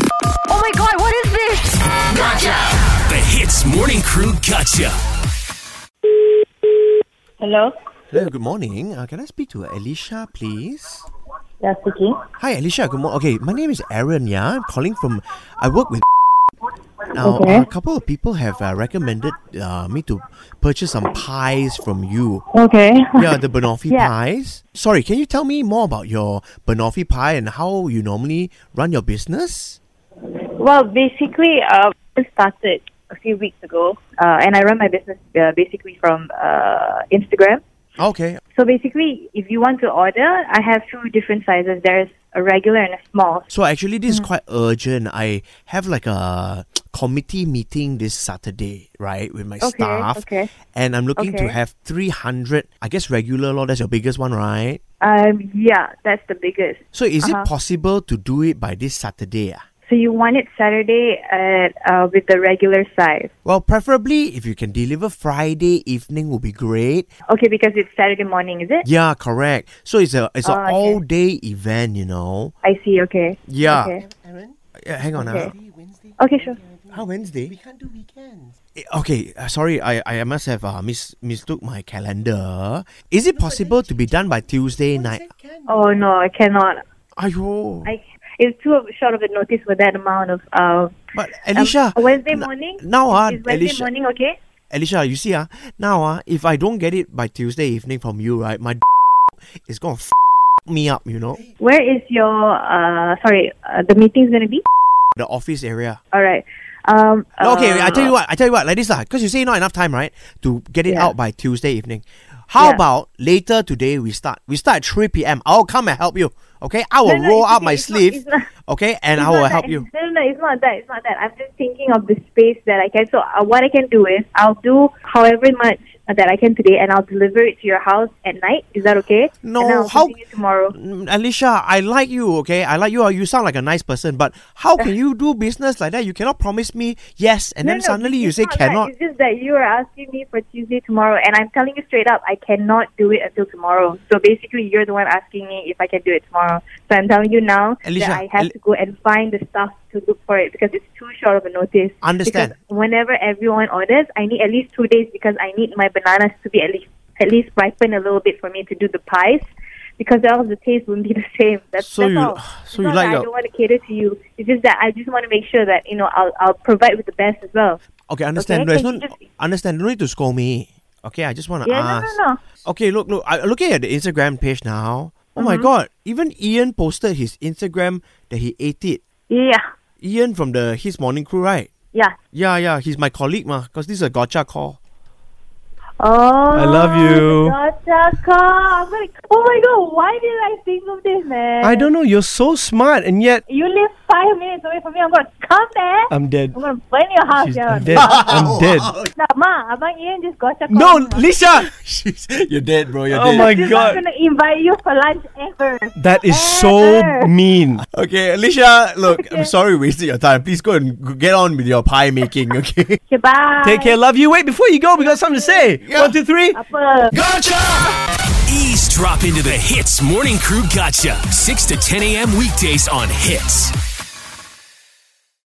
Oh my god, what is this? The Hits Morning Crew Gotcha. Hello, Hello, good morning. Uh, can I speak to Alicia, please? yeah, speaking. Hi, Alicia. Good morning. Okay, my name is Aaron. Yeah, I'm calling from. I work with. Now, Okay. uh, a couple of people have uh, recommended uh, me to purchase some pies from you. Okay. Yeah, the banoffee Yeah. pies. Sorry, can you tell me more about your banoffee pie and how you normally run your business? Well, basically, uh, I started a few weeks ago, uh, and I run my business uh, basically from uh, Instagram. Okay. So basically, if you want to order, I have two different sizes. There's a regular and a small. So actually, this Hmm. is quite urgent. I have like a committee meeting this Saturday, right, with my Okay, staff. okay. And I'm looking to Okay. have 300, I guess regular, law, that's your biggest one, right? Um, yeah, that's the biggest. So is it Uh-huh. possible to do it by this Saturday? Ah, So you want it Saturday at, uh, with the regular size. Well, preferably if you can deliver Friday evening would be great. Okay, because it's Saturday morning, is it? Yeah, correct. So it's a it's an Oh, okay. all day event, you know. I see, okay. Yeah. Okay, Yeah, hang on. Okay. ah. okay sure. How Ah, Wednesday? We can't do weekends. Okay, uh, sorry, I, I must have uh, mis- mistook my calendar. Is it possible to be done by Tuesday night? Oh, no, I cannot. Ayo. I, it's too short of a notice for that amount of. Uh, But Alicia, Um, Wednesday n- morning? now ah, is Wednesday Alicia, morning, okay? Alicia, you see ah, now ah, if I don't get it by Tuesday evening from you, right, my is gonna f- me up, you know, Where is your. Uh, sorry, uh, the meeting's going to be? the office area. All right. Um, No, okay, uh, I tell you what, I tell you what, like this lah, because you say not enough time, right, to get it Yeah. out by Tuesday evening. How Yeah. about later today we start? We start at 3 p.m. I'll come and help you, okay? I will no, roll it's out okay, my it's not- sleeve, it's not- okay? And It's I will not help that. you. No, no, no, it's not that. It's not that. I'm just thinking of the space that I can. So uh, what I can do is I'll do however much that I can today, and I'll deliver it to your house at night. Is that okay? No, And I'll how- continue tomorrow. Mm, Alicia, I like you, okay? I like you. You sound like a nice person, but how can you do business like that? You cannot promise me yes, and No, then no, suddenly it's you say not that. cannot. It's just that you are asking me for Tuesday tomorrow, and I'm telling you straight up, I cannot do it until tomorrow. So basically, you're the one asking me if I can do it tomorrow. So I'm telling you now Alicia, that I have Al- to go and find the stuff to look for it because it's too short of a notice. Understand. Because whenever everyone orders, I need at least two days because I need my bananas to be at least at least ripen a little bit for me to do the pies. Because else the taste wouldn't be the same. That's, So that's you- all. so It's you not like that I your- don't want to cater to you. It's just that I just want to make sure that you know I'll I'll provide with the best as well. Okay, understand. Okay, There's no can you just- understand. No need to scold me. Okay, I just want to Yeah, no, Ah, ask. no, no. Okay, look, look. I looking at the Instagram page now. Oh my god! Even Ian posted his Instagram that he ate it. Yeah, Ian from the His Morning Crew, right? yeah. Yeah, yeah. He's my colleague, ma. Cause this is a gotcha call. Oh, I love you. Gotcha call. I'm like, oh my god, why did I think of this, man? I don't know. You're so smart, and yet You live five minutes away from me. I'm gonna come there. I'm dead. I'm gonna burn your house Um, She's, down. I'm dead. I'm dead. Nah, ma, Abang Ian just gotcha call. No, me, ma. Lisha. She's, you're dead, bro. You're Oh my She's not god, gonna invite you for lunch ever. that is so mean. Okay, Alicia. Look, I'm sorry we wasted your time. Please go and g- get on with your pie making. Okay. Okay, bye. Take care, love you. Wait, before you go, we got something to say. One, two, three. Apa? Ease drop into the Hits Morning Crew Gotcha. 6 to 10 a.m. weekdays on Hits.